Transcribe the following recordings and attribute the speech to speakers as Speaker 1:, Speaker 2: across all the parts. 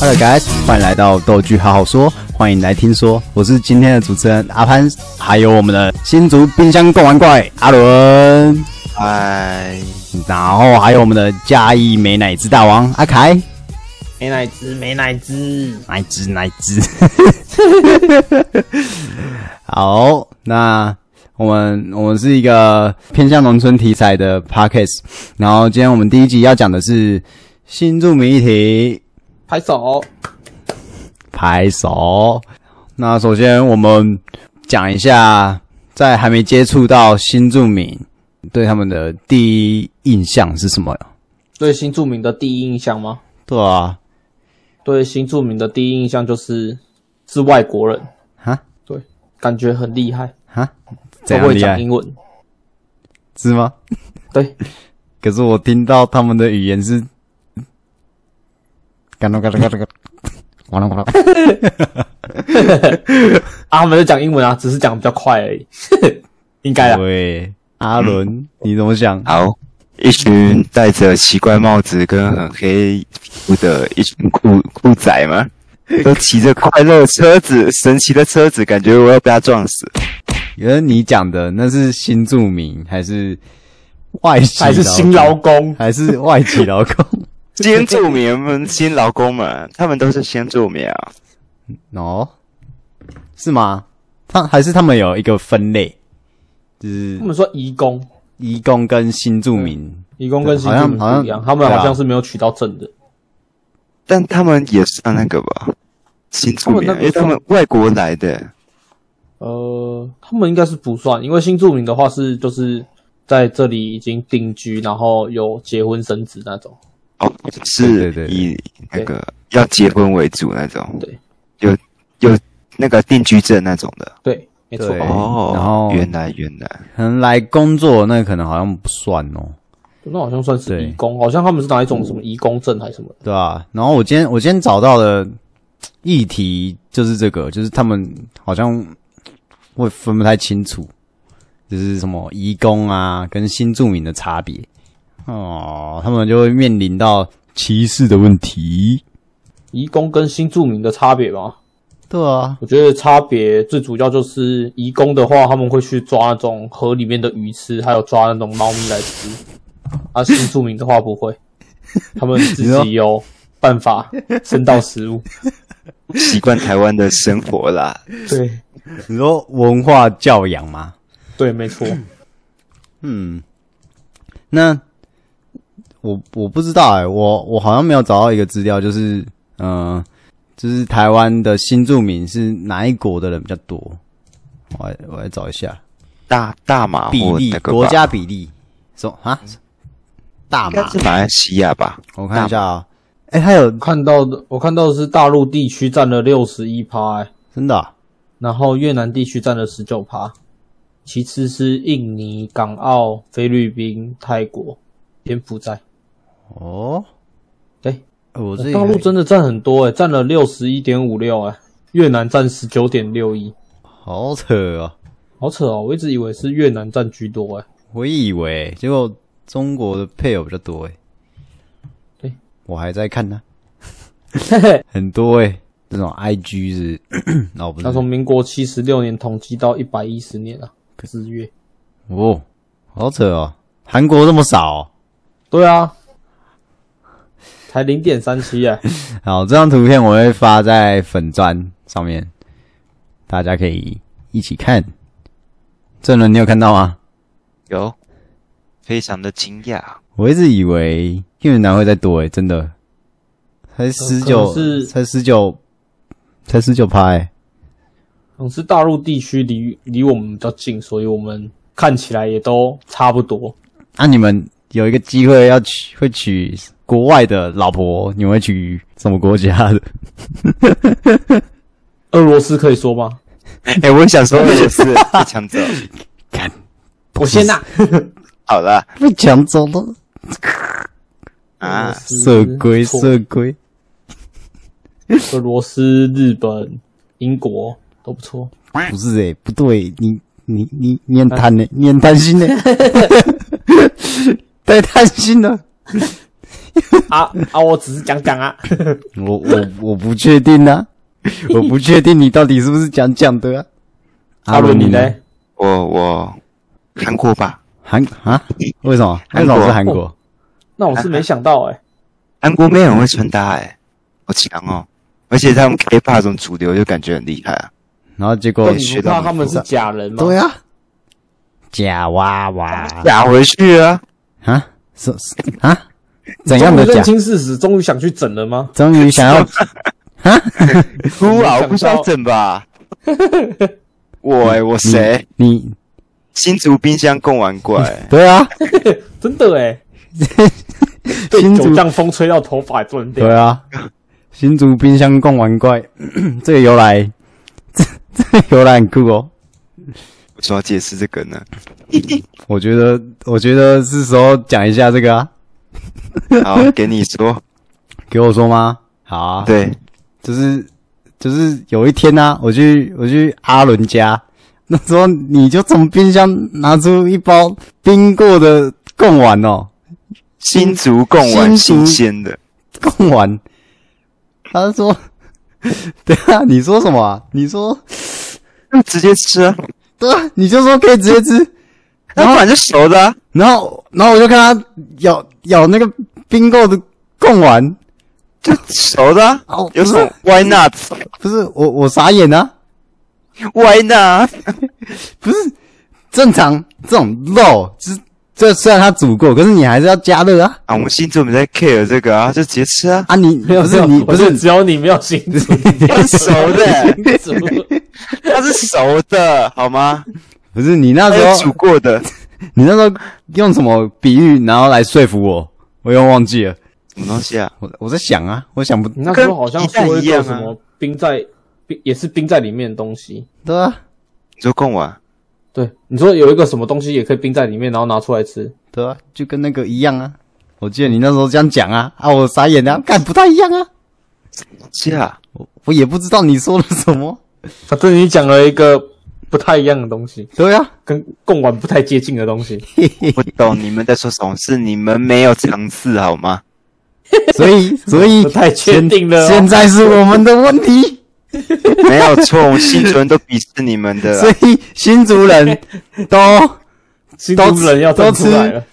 Speaker 1: Hello guys，欢迎来到逗剧好好说，欢迎来听说，我是今天的主持人阿潘，还有我们的新竹冰箱购玩怪阿伦，
Speaker 2: 嗨，
Speaker 1: 然后还有我们的嘉义美乃滋大王阿凯，
Speaker 2: 没奶汁，没奶汁。
Speaker 1: 乃滋乃滋。 好，那我们我们是一个偏向农村题材的 podcast，然后今天我们第一集要讲的是新著名议题，
Speaker 2: 拍手，
Speaker 1: 拍手。那首先我们讲一下，在还没接触到新住民，对他们的第一印象是什么？
Speaker 2: 对新住民的第一印象吗？
Speaker 1: 对啊，
Speaker 2: 对新住民的第一印象就是是外国人，
Speaker 1: 哈
Speaker 2: 对，感觉很厉害，
Speaker 1: 哈，怎
Speaker 2: 都
Speaker 1: 样
Speaker 2: 会
Speaker 1: 厉
Speaker 2: 讲
Speaker 1: 害
Speaker 2: 英文，
Speaker 1: 是吗？
Speaker 2: 对，
Speaker 1: 可是我听到他们的语言是，嘎咚嘎咚嘎咚嘎咚，完了完了，
Speaker 2: 啊，他们就讲英文啊，只是讲比较快而已， 应该啊，嗯
Speaker 1: 对，阿伦，你怎么想？
Speaker 3: 好，一群戴着奇怪帽子跟很黑皮肤的一群酷酷 仔吗？都骑着快乐车子，神奇的车子，感觉我要被他撞死。
Speaker 1: 原来你讲的那是新住民还是外籍？
Speaker 2: 还是新劳，工，
Speaker 1: 还是外籍劳工？
Speaker 3: 先住民们，先劳工们，他们都是先住民啊。
Speaker 1: 哦，是吗？他还是他们有一个分类，就是
Speaker 2: 他们说移工，
Speaker 1: 移工跟新住民。
Speaker 2: 移工跟新住民不一样，
Speaker 1: 好像啊
Speaker 2: 他们
Speaker 1: 对啊
Speaker 2: 好像是没有取到证的，
Speaker 3: 但他们也算那个吧，新住民
Speaker 2: 他们那
Speaker 3: 啊，
Speaker 2: 个
Speaker 3: 因为他们外国来的，
Speaker 2: 呃，他们应该是不算，因为新住民的话是就是在这里已经定居，然后有结婚生子那种。
Speaker 3: 哦，
Speaker 1: 对对
Speaker 3: 是
Speaker 1: 对
Speaker 3: 以那个要结婚为主那种，
Speaker 2: 对，
Speaker 3: 有有那个定居证那种的。
Speaker 2: 对，没错。
Speaker 1: 对
Speaker 3: 哦，
Speaker 1: 然后
Speaker 3: 原来原来，
Speaker 1: 可能来工作那可能好像不算哦。
Speaker 2: 那好像算是
Speaker 1: 对嗯
Speaker 2: 移工，好像他们是拿一种什么移工证还是什么的。
Speaker 1: 对啊，然后我今天我今天找到的议题就是这个，就是他们好像会分不太清楚，就是什么移工啊跟新住民的差别哦，他们就会面临到歧视的问题。
Speaker 2: 移工跟新住民的差别嘛，
Speaker 1: 对啊，
Speaker 2: 我觉得差别最主要就是移工的话，他们会去抓那种河里面的鱼吃，还有抓那种猫咪来吃。啊，新住民的话不会，他们自
Speaker 1: 你说
Speaker 2: 己有办法生到食物。
Speaker 3: 习惯台湾的生活啦。
Speaker 2: 对
Speaker 1: 你说文化教养吗？
Speaker 2: 对，没错。
Speaker 1: 嗯，那我我不知道哎、我我好像没有找到一个资料，就是嗯、呃就是台湾的新住民是哪一国的人比较多？我来我来找一下
Speaker 3: 大大马
Speaker 1: 比
Speaker 3: 或
Speaker 1: 例
Speaker 3: 啊那，个吧
Speaker 1: 国家比例，说啊，大
Speaker 3: 应该
Speaker 1: 马，
Speaker 3: 是马来西亚吧？
Speaker 1: 我看一下啊、哎、还有
Speaker 2: 看到的，我看到的是大陆地区占了六十一趴，欸
Speaker 1: 真的啊、
Speaker 2: 然后越南地区占了十九趴，其次是印尼、港澳、菲律宾、泰国、柬埔寨。
Speaker 1: 哦，
Speaker 2: 哎、
Speaker 1: 我这里
Speaker 2: 大陆
Speaker 1: 还
Speaker 2: 真的占很多哎、欸占了六十一点五六哎，越南占十九点六一，
Speaker 1: 好扯哦，
Speaker 2: 好扯哦！我一直以为是越南占居多哎、
Speaker 1: 我以为结果中国的配偶比较多哎、
Speaker 2: 对
Speaker 1: 我还在看呢、
Speaker 2: 嘿 嘿，
Speaker 1: 很多诶、这种 IG 是， 哦不是
Speaker 2: 那，从民国七十六年统计到一百一十年啊，可是月。
Speaker 1: 哦，好扯哦，韩国这么少哦、
Speaker 2: 对啊，才零点三七哎，
Speaker 1: 好，这张图片我会发在粉砖上面，大家可以一起看。郑伦，你有看到吗？
Speaker 3: 有，非常的惊讶。
Speaker 1: 我一直以为越南会再多诶、真的，才十
Speaker 2: 可
Speaker 1: 九，
Speaker 2: 是
Speaker 1: 才十九，才十九趴欸诶。
Speaker 2: 可能是大陆地区离离我们比较近，所以我们看起来也都差不多。
Speaker 1: 那、啊你们有一个机会要娶，会娶国外的老婆，你们会娶什么国家的？
Speaker 2: 俄罗斯可以说吗？
Speaker 3: 哎、我想说也是被抢走。
Speaker 1: 看，
Speaker 2: 我先呐、
Speaker 3: 好了
Speaker 1: 被抢走了。
Speaker 3: 啊，
Speaker 1: 色龟，
Speaker 2: 错
Speaker 1: 色龟，
Speaker 2: 俄罗斯、日本、英国都不错。
Speaker 1: 不是诶、不对，你你你欸你很贪 呢、你很贪心呢、太贪心了。
Speaker 2: 啊啊！我只是讲讲啊，
Speaker 1: 我我我不确定 啊，我不确定你到底是不是讲讲的啊。
Speaker 2: 阿伦你呢？？
Speaker 3: 我我韩国吧，
Speaker 1: 韩啊？为什么？为
Speaker 3: 韩
Speaker 1: 什
Speaker 3: 国
Speaker 1: 么是韩国？
Speaker 2: 那我是没想到哎、
Speaker 3: 韩国妹很会穿搭哎、好强哦！而且他们 K-pop 这种主流就感觉很厉害啊。
Speaker 1: 然后结
Speaker 2: 那
Speaker 1: 果
Speaker 3: 对
Speaker 2: 你不怕他们是假人吗？
Speaker 1: 对啊，假娃娃
Speaker 3: 打回去啊！
Speaker 1: 啊？是是啊？怎
Speaker 2: 终
Speaker 1: 样的
Speaker 2: 于
Speaker 1: 假
Speaker 2: 认？清事实，终于想去整了吗？
Speaker 1: 终于想要
Speaker 3: 哭
Speaker 2: 没想
Speaker 3: 啊！
Speaker 2: 到
Speaker 3: 我不需要整吧？我哎、我谁？
Speaker 1: 你
Speaker 3: 新竹冰箱共玩怪、 欸
Speaker 1: 对啊？
Speaker 2: 真的哎、被
Speaker 1: 新
Speaker 2: 九
Speaker 1: 竹
Speaker 2: 丈风吹到头发也断掉
Speaker 1: 对。啊，新竹冰箱共玩怪， 这个由来， 这这个由来很酷哦。
Speaker 3: 我怎么解释这个呢？
Speaker 1: 我觉得，我觉得是时候讲一下这个啊。
Speaker 3: 好，给你说。
Speaker 1: 给我说吗？好啊，，
Speaker 3: 对，
Speaker 1: 就是就是有一天呢、啊，我去我去阿伦家，那时候你就从冰箱拿出一包冰过的贡丸哦，
Speaker 3: 新竹共
Speaker 1: 新
Speaker 3: 玩新
Speaker 1: 竹
Speaker 3: 鲜的，
Speaker 1: 贡丸。他说：“ 对啊，你说什么、啊？你说
Speaker 3: 那直接吃啊，
Speaker 1: 对啊，你就说可以直接吃。”
Speaker 3: 那不然就熟的、啊。
Speaker 1: 然后，然后我就看他咬咬那个冰购的贡丸，
Speaker 3: 就熟的、啊
Speaker 1: 哦，
Speaker 3: 有什么 Why not？Why
Speaker 1: 不是我我傻眼啊！
Speaker 3: not？
Speaker 1: 不是正常这种肉，这这虽然它煮过，可是你还是要加热啊！
Speaker 3: 啊，我们新竹没在 care 这个啊，就直接吃 啊，
Speaker 1: 啊你，
Speaker 2: 没有
Speaker 1: 不是你不
Speaker 2: 我
Speaker 1: 是
Speaker 2: 只有你没有新竹，
Speaker 3: 它是熟的，
Speaker 2: 新竹
Speaker 3: 它是熟的，好吗？
Speaker 1: 不是你那
Speaker 3: 它
Speaker 1: 时
Speaker 3: 是煮
Speaker 1: 候
Speaker 3: 过的，
Speaker 1: 你那时候用什么比喻，然后来说服我，我又忘记了。
Speaker 3: 什么东西啊？
Speaker 1: 我我在想啊，我想不
Speaker 2: 你那时候好像说一个什么冰在冰也是冰在里面的东西。
Speaker 1: 对啊，
Speaker 3: 你说贡丸，
Speaker 2: 对，你说有一个什么东西也可以冰在里面，然后拿出来吃。
Speaker 1: 对啊，就跟那个一样啊。我记得你那时候这样讲啊，啊我傻眼啊，干不太一样啊，
Speaker 3: 是啊，
Speaker 1: 我也不知道你说了什么。
Speaker 2: 他啊对你讲了一个不太一样的东西，
Speaker 1: 对啊，
Speaker 2: 跟贡丸不太接近的东 西。
Speaker 3: 我不懂你们在说什么，是你们没有尝试好吗？
Speaker 1: 所以，所以
Speaker 2: 不太确定了哦
Speaker 1: 现现在是我们的问 题，
Speaker 3: 没有错，我们新竹人都鄙视你们的啊
Speaker 1: 所
Speaker 3: 啦，
Speaker 1: 以新族人都
Speaker 2: 新竹人要站出来了，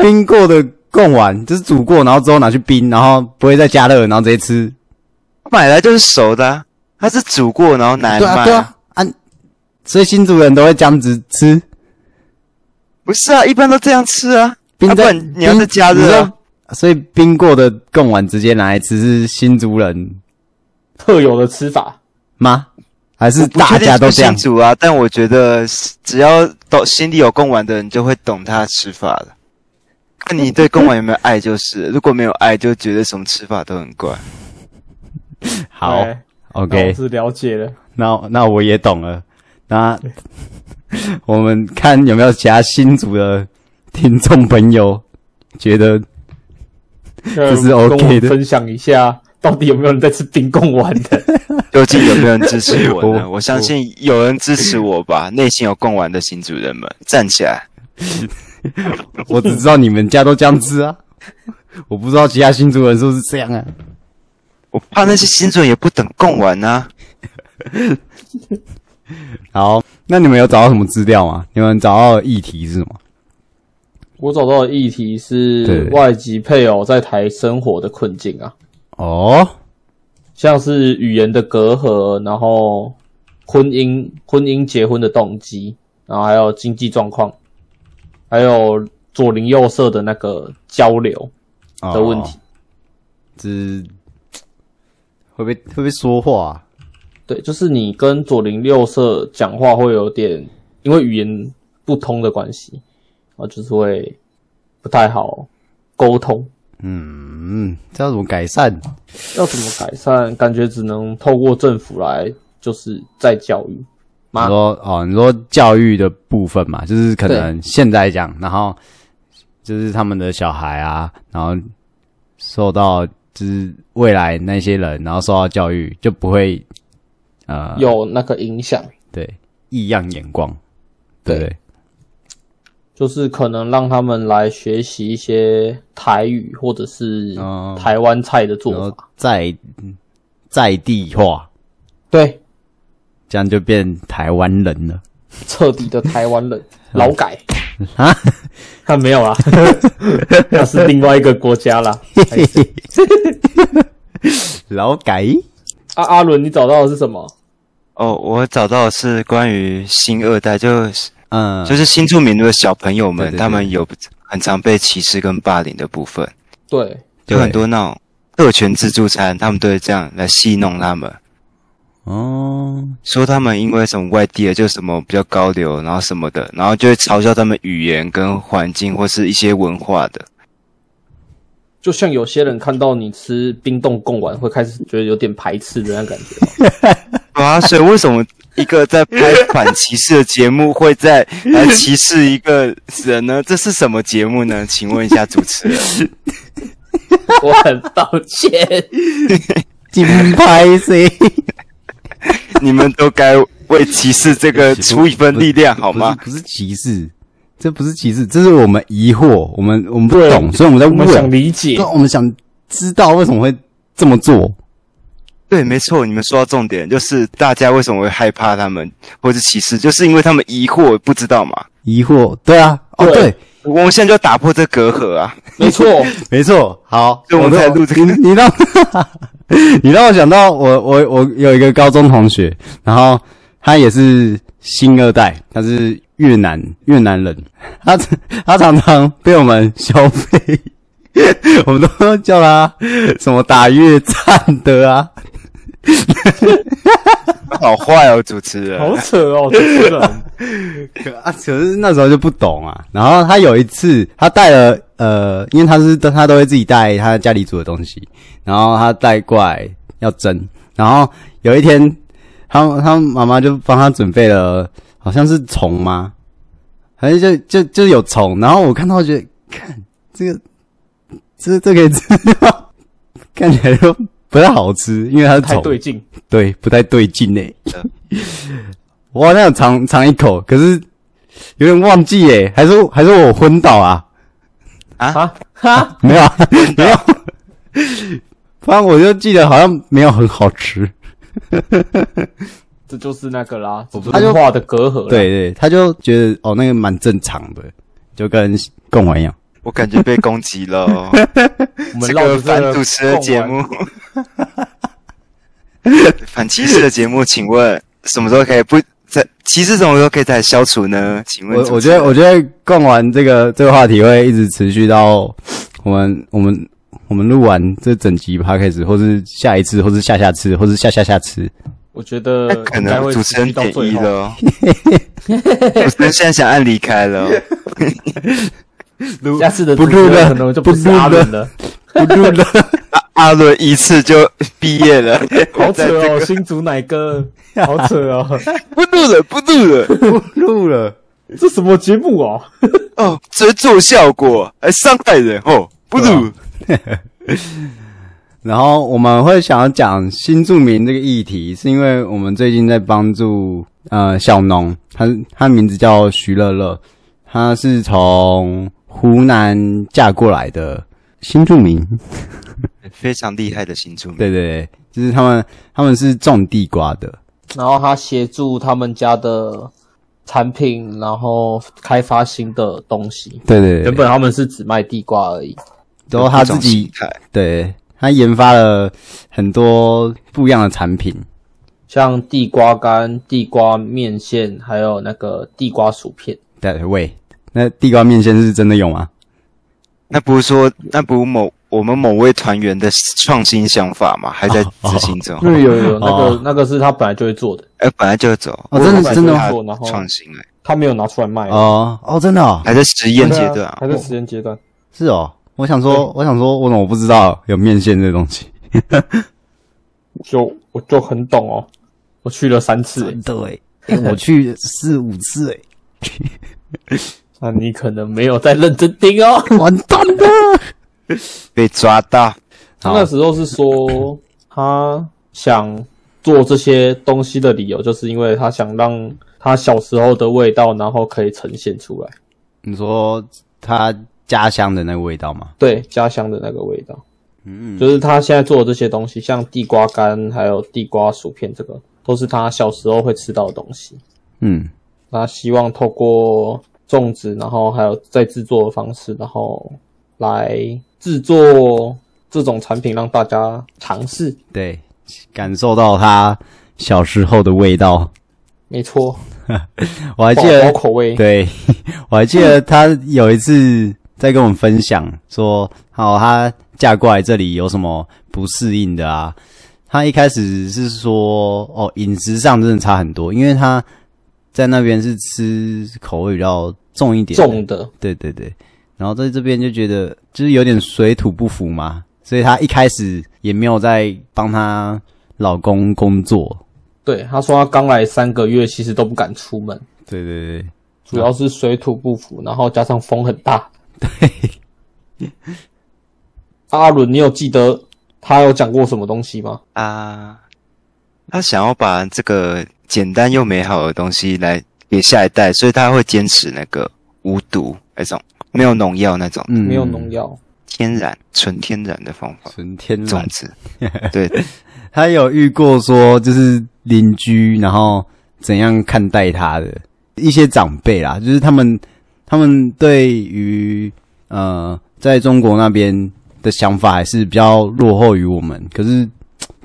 Speaker 1: 冰过的贡丸，就是煮过，然后之后拿去冰，然后不会再加热，然后直接吃。
Speaker 3: 买来就是熟的、啊，它是煮过然后拿来
Speaker 1: 对
Speaker 3: 卖、
Speaker 1: 啊，对啊，啊，所以新族人都会这样子吃，
Speaker 3: 不是啊，一般都这样吃啊，
Speaker 1: 冰
Speaker 3: 啊不
Speaker 1: 在、
Speaker 3: 然你要再加
Speaker 1: 冰
Speaker 3: 热、啊。。
Speaker 1: 你说所以冰过的贡丸直接拿来吃是新族人
Speaker 2: 特有的吃法。
Speaker 1: 吗？还是
Speaker 3: 不确
Speaker 1: 大
Speaker 3: 定
Speaker 1: 家
Speaker 3: 是不
Speaker 1: 都
Speaker 3: 是
Speaker 1: 这样
Speaker 3: 新？竹啊，但我觉得只要懂心里有贡丸的人，就会懂他的吃法了。看你对贡丸有没有爱，就是如果没有爱，就觉得什么吃法都很怪。
Speaker 1: 好
Speaker 2: 哎那我
Speaker 1: ，OK，
Speaker 2: 是了解了。
Speaker 1: 那那我也懂了。那 我们看有没有其他新组的听众朋友觉得
Speaker 2: 这
Speaker 1: 是 OK 的
Speaker 2: 分享一下，到底有没有人在吃冰贡丸的？
Speaker 3: 究竟有没有人支持 我呢？
Speaker 1: 我
Speaker 3: 我相信有人支持我吧。内心有贡丸的新主人们，站起来！
Speaker 1: 我只知道你们家都这样吃啊， 我不知道其他新族人是不是这样啊。
Speaker 3: 我怕那些新主人也不等贡丸啊。
Speaker 1: 好，那你们有找到什么资料吗？你们找到的议题是什么？
Speaker 2: 我找到的议题是
Speaker 1: 对
Speaker 2: 外籍配偶在台生活的困境啊，
Speaker 1: 哦，
Speaker 2: 像是语言的隔阂，然后婚姻、婚姻结婚的动机，然后还有经济状况，还有左邻右舍的那个交流
Speaker 1: 哦
Speaker 2: 的问题。
Speaker 1: 是会不会会不会说话、啊？
Speaker 2: 对，就是你跟左邻右舍讲话会有点，因为语言不通的关系，然后就是会不太好沟通。
Speaker 1: 嗯，这要怎么改善？
Speaker 2: 要怎么改善？感觉只能透过政府来，就是在教育。
Speaker 1: 你
Speaker 2: 妈，
Speaker 1: 说哦，你说教育的部分嘛，就是可能现在讲，然后就是他们的小孩啊，然后受到就是未来那些人，然后受到教育就不会呃
Speaker 2: 有那个影响。
Speaker 1: 对异样眼光，对不对？
Speaker 2: 就是可能让他们来学习一些台语或者是
Speaker 1: 哦
Speaker 2: 台湾菜的做
Speaker 1: 然后
Speaker 2: 法。
Speaker 1: 在在地化，
Speaker 2: 对，
Speaker 1: 这样就变台湾人了
Speaker 2: 彻底的台湾 人，劳改。
Speaker 1: 啊！
Speaker 2: 看没有 啦，那是另外一个国家啦。还是
Speaker 1: 劳改
Speaker 2: 啊，阿伦，你找到的是什么？
Speaker 3: 哦，我找到的是关于新二代，就是
Speaker 1: 嗯，
Speaker 3: 就是新住民的小朋友们，
Speaker 1: 对对对
Speaker 3: 他们有很常被歧视跟霸凌的部分，
Speaker 2: 对，
Speaker 3: 有
Speaker 1: 对
Speaker 3: 很多那种特权自助餐，他们都会这样来戏弄他们，
Speaker 1: 哦，
Speaker 3: 说他们因为什么外地的，就什么比较高流，然后什么的，然后就会嘲笑他们语言跟环境或是一些文 化的。
Speaker 2: 就像有些人看到你吃冰冻贡丸，会开始觉得有点排斥的那种感 觉。
Speaker 3: 啊，所以为什么一个在拍反歧视的节目会在来歧视一个人呢？这是什么节目呢？请问一下主持人。
Speaker 2: 我很抱歉，
Speaker 1: 金牌 C
Speaker 3: 你们都该为歧视这个出一份力量，好吗？
Speaker 1: 不是歧视，这不是歧视，这是我们疑惑，我们我们不
Speaker 2: 对
Speaker 1: 懂，所以我们在
Speaker 2: 我们想
Speaker 1: 问，
Speaker 2: 理 解
Speaker 1: 对，我们想知道为什么会这么做。
Speaker 3: 对，没错，你们说到重点，就是大家为什么会害怕他们或是歧视，就是因为他们疑惑，不知道嘛。
Speaker 1: 疑惑，对啊，哦
Speaker 2: 对
Speaker 1: 对，
Speaker 3: 我们现在就要打破这隔阂啊！
Speaker 2: 没错，
Speaker 1: 没错，好，
Speaker 3: 所以我们才录这个
Speaker 1: 你你让， 你让我想到我我我有一个高中同学，然后他也是新二代，他是越南越南人，他他常常被我们消费， 我们都叫他什么打越战的啊，
Speaker 3: 好坏哦，主持人。
Speaker 2: 好扯哦，主持人。
Speaker 1: 可 啊，可是那时候就不懂啊。然后他有一次，他带了呃，因为他是他都会自己带他家里煮的东西，然后他带过来要蒸。然后有一天，他他妈妈就帮他准备了，好像是虫吗？反正就就就有虫。然后我看到我觉得，看这个，这这可以吃吗？ 看起来就不太好吃，因为它是
Speaker 2: 太
Speaker 1: 虫。
Speaker 2: 对劲，
Speaker 1: 对，不太对劲呢、嗯我好像有尝尝一口，可是有点忘记耶、还是还是我昏倒啊？
Speaker 2: 啊哈，
Speaker 1: 没有、啊，没有。反正我就记得好像没有很好吃。
Speaker 2: 这就是那个啦，这
Speaker 1: 他
Speaker 2: 就
Speaker 1: 就是
Speaker 2: 画的隔阂。，
Speaker 1: 对啊对，他就觉得哦，那个蛮正常的，就跟贡丸一样。
Speaker 3: 我感觉被攻击了哦，
Speaker 2: 我们
Speaker 3: 这
Speaker 2: 绕
Speaker 3: 个
Speaker 2: 着这
Speaker 3: 反
Speaker 2: 个
Speaker 3: 主持的节目， 反歧视的节目，请问什么时候可以不在歧视什么时候可以再消除呢？请问
Speaker 1: 我
Speaker 3: 主
Speaker 1: 我
Speaker 3: 持
Speaker 1: 觉
Speaker 3: 人
Speaker 1: 得，我觉得逛完这个这个话题会一直持续到我们我们我们录完这整集 p 开始，或是下一次，或是下下次，或是下下下次。
Speaker 2: 我觉得
Speaker 3: 那可
Speaker 2: 应该
Speaker 3: 能
Speaker 2: 会
Speaker 3: 主持人
Speaker 2: 持续到
Speaker 3: 点
Speaker 2: 最
Speaker 3: 一
Speaker 2: 后
Speaker 3: 了。哦， 主持人现在想按离开了哦，
Speaker 2: 下次的
Speaker 1: 不
Speaker 2: 主持
Speaker 1: 录
Speaker 2: 人
Speaker 1: 了
Speaker 2: 可能就不是
Speaker 1: 不录
Speaker 2: 阿伦
Speaker 1: 了
Speaker 2: 了，
Speaker 1: 不录了。
Speaker 3: 阿伦一次就毕业了，
Speaker 2: 好扯
Speaker 3: 在这
Speaker 2: 哦，
Speaker 3: 个
Speaker 2: 新竹奶 哥，好扯哦，
Speaker 3: 不录了，不录 了。
Speaker 1: 不录了。
Speaker 2: 这什么节目哦？
Speaker 3: 哦，只做效果，还伤害人哦，不如、
Speaker 1: 然后我们会想要讲新住民这个议题，是因为我们最近在帮助呃小农，他他名字叫徐乐乐，他是从湖南嫁过来的新住民，
Speaker 3: 非常厉害的新出名。
Speaker 1: 对对对，就是他们他们是种地瓜的，
Speaker 2: 然后他协助他们家的产品，然后开发新的东西。
Speaker 1: 对对
Speaker 2: 原
Speaker 1: 对，
Speaker 2: 本他们是只卖地瓜而已，
Speaker 1: 然后他自己对他研发了很多不一样的产品，
Speaker 2: 像地瓜干、地瓜面线，还有那个地瓜薯片。
Speaker 1: 对喂，那地瓜面线是真的有吗？
Speaker 3: 那不是说，那不是某我们某位团员的创新想法嘛，还在执行中。
Speaker 2: 对，有有那个、
Speaker 1: 哦
Speaker 2: 那个是他本来就会做的，
Speaker 3: 哎、本来就走，
Speaker 1: 哦，真
Speaker 2: 我
Speaker 1: 的
Speaker 2: 买
Speaker 1: 真的
Speaker 2: 回来
Speaker 1: 吗
Speaker 2: 做然后
Speaker 3: 创新哎、
Speaker 2: 他没有拿出来卖。啊
Speaker 1: 哦哦，真的哦。
Speaker 3: 还在实验阶段、哦
Speaker 2: 还在实验阶段。
Speaker 1: 是哦，我想说，我想说，我怎么不知道有面线这东西？
Speaker 2: 就我就很懂哦，我去了三次、欸，
Speaker 1: 的诶、 我去四五次诶、
Speaker 2: 那你可能没有在认真听 哦。
Speaker 1: 完蛋了！
Speaker 3: 被抓到，
Speaker 2: 他那时候是说他想做这些东西的理由，就是因为他想让他小时候的味道，然后可以呈现出来。
Speaker 1: 你说他家乡的那个味道吗？
Speaker 2: 对家乡的那个味道，
Speaker 1: 嗯，
Speaker 2: 就是他现在做的这些东西，像地瓜干还有地瓜薯片，这个都是他小时候会吃到的东西。
Speaker 1: 嗯，
Speaker 2: 那希望透过种植，然后还有再制作的方式，然后来制作这种产品，让大家尝试。
Speaker 1: 对，感受到他小时候的味道。
Speaker 2: 没错，
Speaker 1: 我还记
Speaker 2: 宝
Speaker 1: 得
Speaker 2: 宝口味，
Speaker 1: 对， 我还记得她有一次在跟我们分享说，好，她嫁过来这里有什么不适应的啊？她一开始是说，哦，饮食上真的差很多，因为她在那边是吃口味比较重一点，
Speaker 2: 重，的
Speaker 1: 对对对。然后在这边就觉得就是有点水土不服嘛，所以她一开始也没有在帮她老公工作，
Speaker 2: 对，他说他刚来三个月，其实都不敢出门，
Speaker 1: 对对对，
Speaker 2: 主要是水土不服，然后加上风很大。对，阿伦，你有记得他有讲过什么东西吗？
Speaker 3: 啊，他想要把这个简单又美好的东西来给下一代，所以他会坚持那个无毒那种，没有农药那种，
Speaker 1: 嗯，
Speaker 2: 没有农，药，
Speaker 3: 天然纯天然的方法
Speaker 1: 纯天然
Speaker 3: 种植。对，
Speaker 1: 他有遇过说，就是邻居，然后怎样看待他的一些长辈啦，就是他们他们对于呃，在中国那边的想法还是比较落后于我们。可是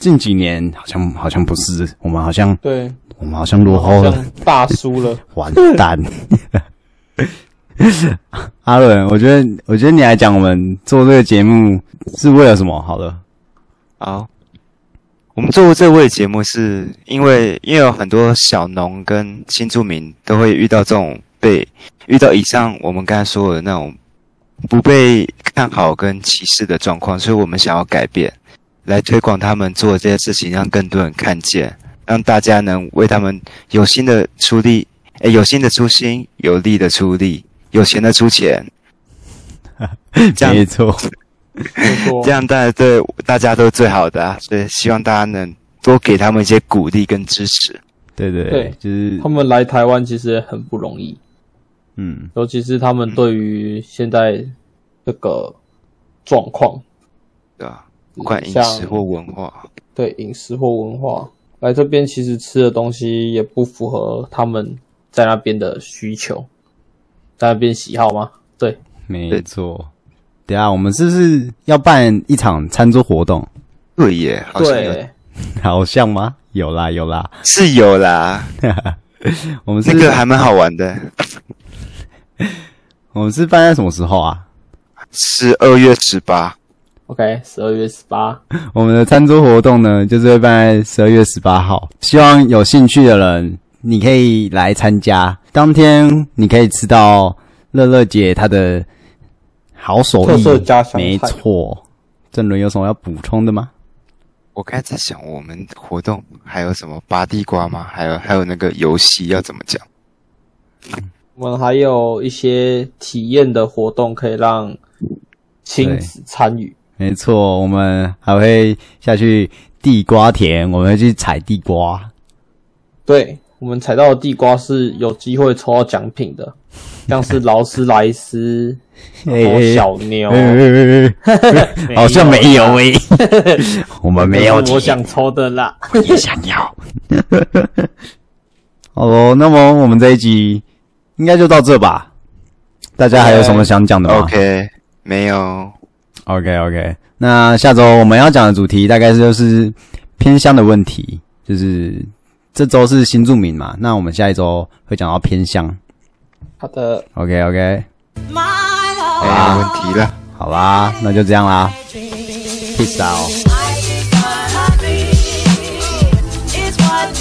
Speaker 1: 近几年好像好像不是，我们好像
Speaker 2: 对，
Speaker 1: 我们好像落
Speaker 2: 好
Speaker 1: 后了，
Speaker 2: 像大叔了。
Speaker 1: 完蛋。阿伦，我觉得，我觉得你来讲我们做这个节目是为了什么？好了，
Speaker 3: 好，我们做这位节目是因为，因为有很多小农跟新住民都会遇到这种被遇到以上我们刚才说的那种不被看好跟歧视的状况，所以我们想要改变，来推广他们做的这些事情，让更多人看见，让大家能为他们有心的出力，诶，有心的出心，有力的出力，有钱的出钱，这样
Speaker 1: 没错，
Speaker 2: 没 错
Speaker 3: 这，样大家对大家都最好的啊，所以希望大家能多给他们一些鼓励跟支持。
Speaker 1: 对对
Speaker 2: 对
Speaker 1: 就是
Speaker 2: 他们来台湾其实也很不容易，
Speaker 1: 嗯。
Speaker 2: 尤其是他们对于现在这个状况，
Speaker 3: 对吧？不管饮食
Speaker 2: 嗯像
Speaker 3: 或文化，
Speaker 2: 对饮食或文化，来这边其实吃的东西也不符合他们在那边的需求，在那边喜好吗？对，
Speaker 1: 没错。等一下我们是不是要办一场餐桌活动？
Speaker 3: 对耶，好像有
Speaker 2: 对，
Speaker 1: 好像吗？有啦有啦，
Speaker 3: 是有啦，
Speaker 1: 我们是
Speaker 3: 那个还蛮好玩的。
Speaker 1: 我们是办在什么时候啊？
Speaker 3: 十二月十八，
Speaker 2: OK，十二月十八，
Speaker 1: 我们的餐桌活动呢，就是会办在十二月十八号。希望有兴趣的人，你可以来参加。当天你可以吃到乐乐姐她的好手艺，
Speaker 2: 特色家乡菜
Speaker 1: 没错。郑伦有什么要补充的吗？
Speaker 3: 我刚才在想，我们活动还有什么拔地瓜吗？还有还有那个游戏要怎么讲？
Speaker 2: 我们还有一些体验的活动可以让亲子参与。
Speaker 1: 没错，我们还会下去地瓜田，我们会去采地瓜。
Speaker 2: 对我们采到的地瓜是有机会抽到奖品的，像是劳斯莱斯、
Speaker 1: 哎
Speaker 2: 然后小牛，
Speaker 1: 欸
Speaker 2: 没 有
Speaker 1: 好像没有诶、我们没有
Speaker 2: 这是我想抽的啦。
Speaker 1: 也想要。 好咯，那么我们这一集应该就到这吧。大家还有什么啊想讲的吗
Speaker 3: OK，没有，
Speaker 1: ？OK OK，那下周我们要讲的主题大概就是偏乡的问题，就是这周是新住民嘛，那我们下一周会讲到偏乡。
Speaker 2: 好的，
Speaker 1: OK OK，
Speaker 4: My
Speaker 3: 没
Speaker 4: love,
Speaker 3: 有问题了。
Speaker 1: 好啦，那就这样啦，peace out。
Speaker 4: I keep my heart beat. It's what